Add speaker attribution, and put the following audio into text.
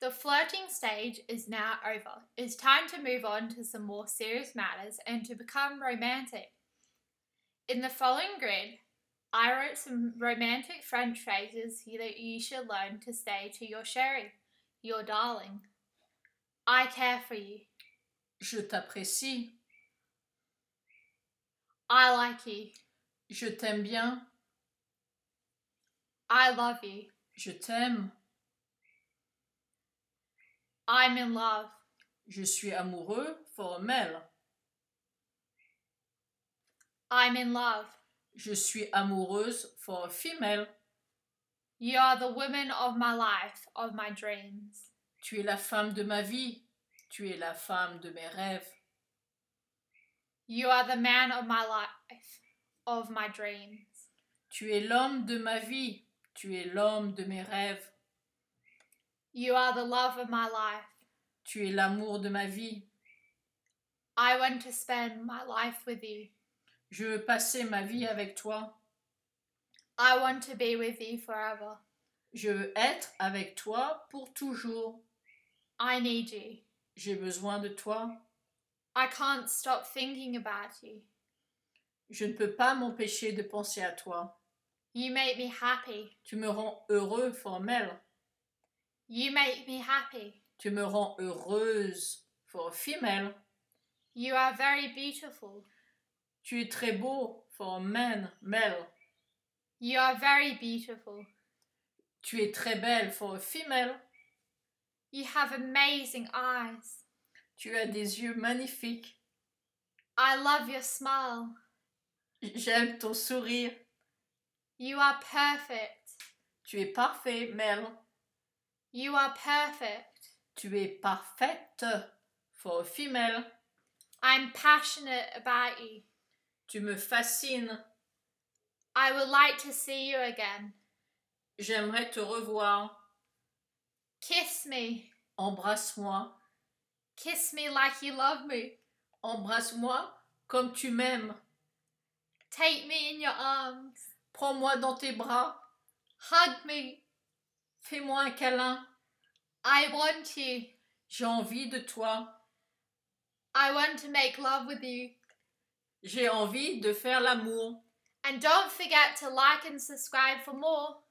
Speaker 1: The flirting stage is now over. It's time to move on to some more serious matters and to become romantic. In the following grid, I wrote some romantic French phrases that you should learn to say to your sherry, your darling. I care for you.
Speaker 2: Je t'apprécie.
Speaker 1: I like you.
Speaker 2: Je t'aime bien.
Speaker 1: I love you.
Speaker 2: Je t'aime.
Speaker 1: I'm in love.
Speaker 2: Je suis amoureux. Formel.
Speaker 1: I'm in love.
Speaker 2: Je suis amoureuse. For female.
Speaker 1: You are the woman of my life, of my dreams.
Speaker 2: Tu es la femme de ma vie. Tu es la femme de mes rêves.
Speaker 1: You are the man of my life, of my dreams.
Speaker 2: Tu es l'homme de ma vie. Tu es l'homme de mes rêves.
Speaker 1: You are the love of my life.
Speaker 2: Tu es l'amour de ma vie.
Speaker 1: I want to spend my life with you.
Speaker 2: Je veux passer ma vie avec toi.
Speaker 1: I want to be with you forever.
Speaker 2: Je veux être avec toi pour toujours.
Speaker 1: I need you.
Speaker 2: J'ai besoin de toi.
Speaker 1: I can't stop thinking about you.
Speaker 2: Je ne peux pas m'empêcher de penser à toi.
Speaker 1: You make me happy.
Speaker 2: Tu me rends heureux, formel.
Speaker 1: You make me happy.
Speaker 2: Tu me rends heureuse, for female.
Speaker 1: You are very beautiful.
Speaker 2: Tu es très beau, for man, male.
Speaker 1: You are very beautiful.
Speaker 2: Tu es très belle, for female.
Speaker 1: You have amazing eyes.
Speaker 2: Tu as des yeux magnifiques.
Speaker 1: I love your smile.
Speaker 2: J'aime ton sourire.
Speaker 1: You are perfect.
Speaker 2: Tu es parfait, male.
Speaker 1: You are perfect.
Speaker 2: Tu es parfaite, for female.
Speaker 1: I'm passionate about you.
Speaker 2: Tu me fascines.
Speaker 1: I would like to see you again.
Speaker 2: J'aimerais te revoir.
Speaker 1: Kiss me.
Speaker 2: Embrasse-moi.
Speaker 1: Kiss me like you love me.
Speaker 2: Embrasse-moi comme tu m'aimes.
Speaker 1: Take me in your arms.
Speaker 2: Prends-moi dans tes bras.
Speaker 1: Hug me.
Speaker 2: Fais-moi un câlin.
Speaker 1: I want you.
Speaker 2: J'ai envie de toi.
Speaker 1: I want to make love with you.
Speaker 2: J'ai envie de faire l'amour.
Speaker 1: And don't forget to like and subscribe for more.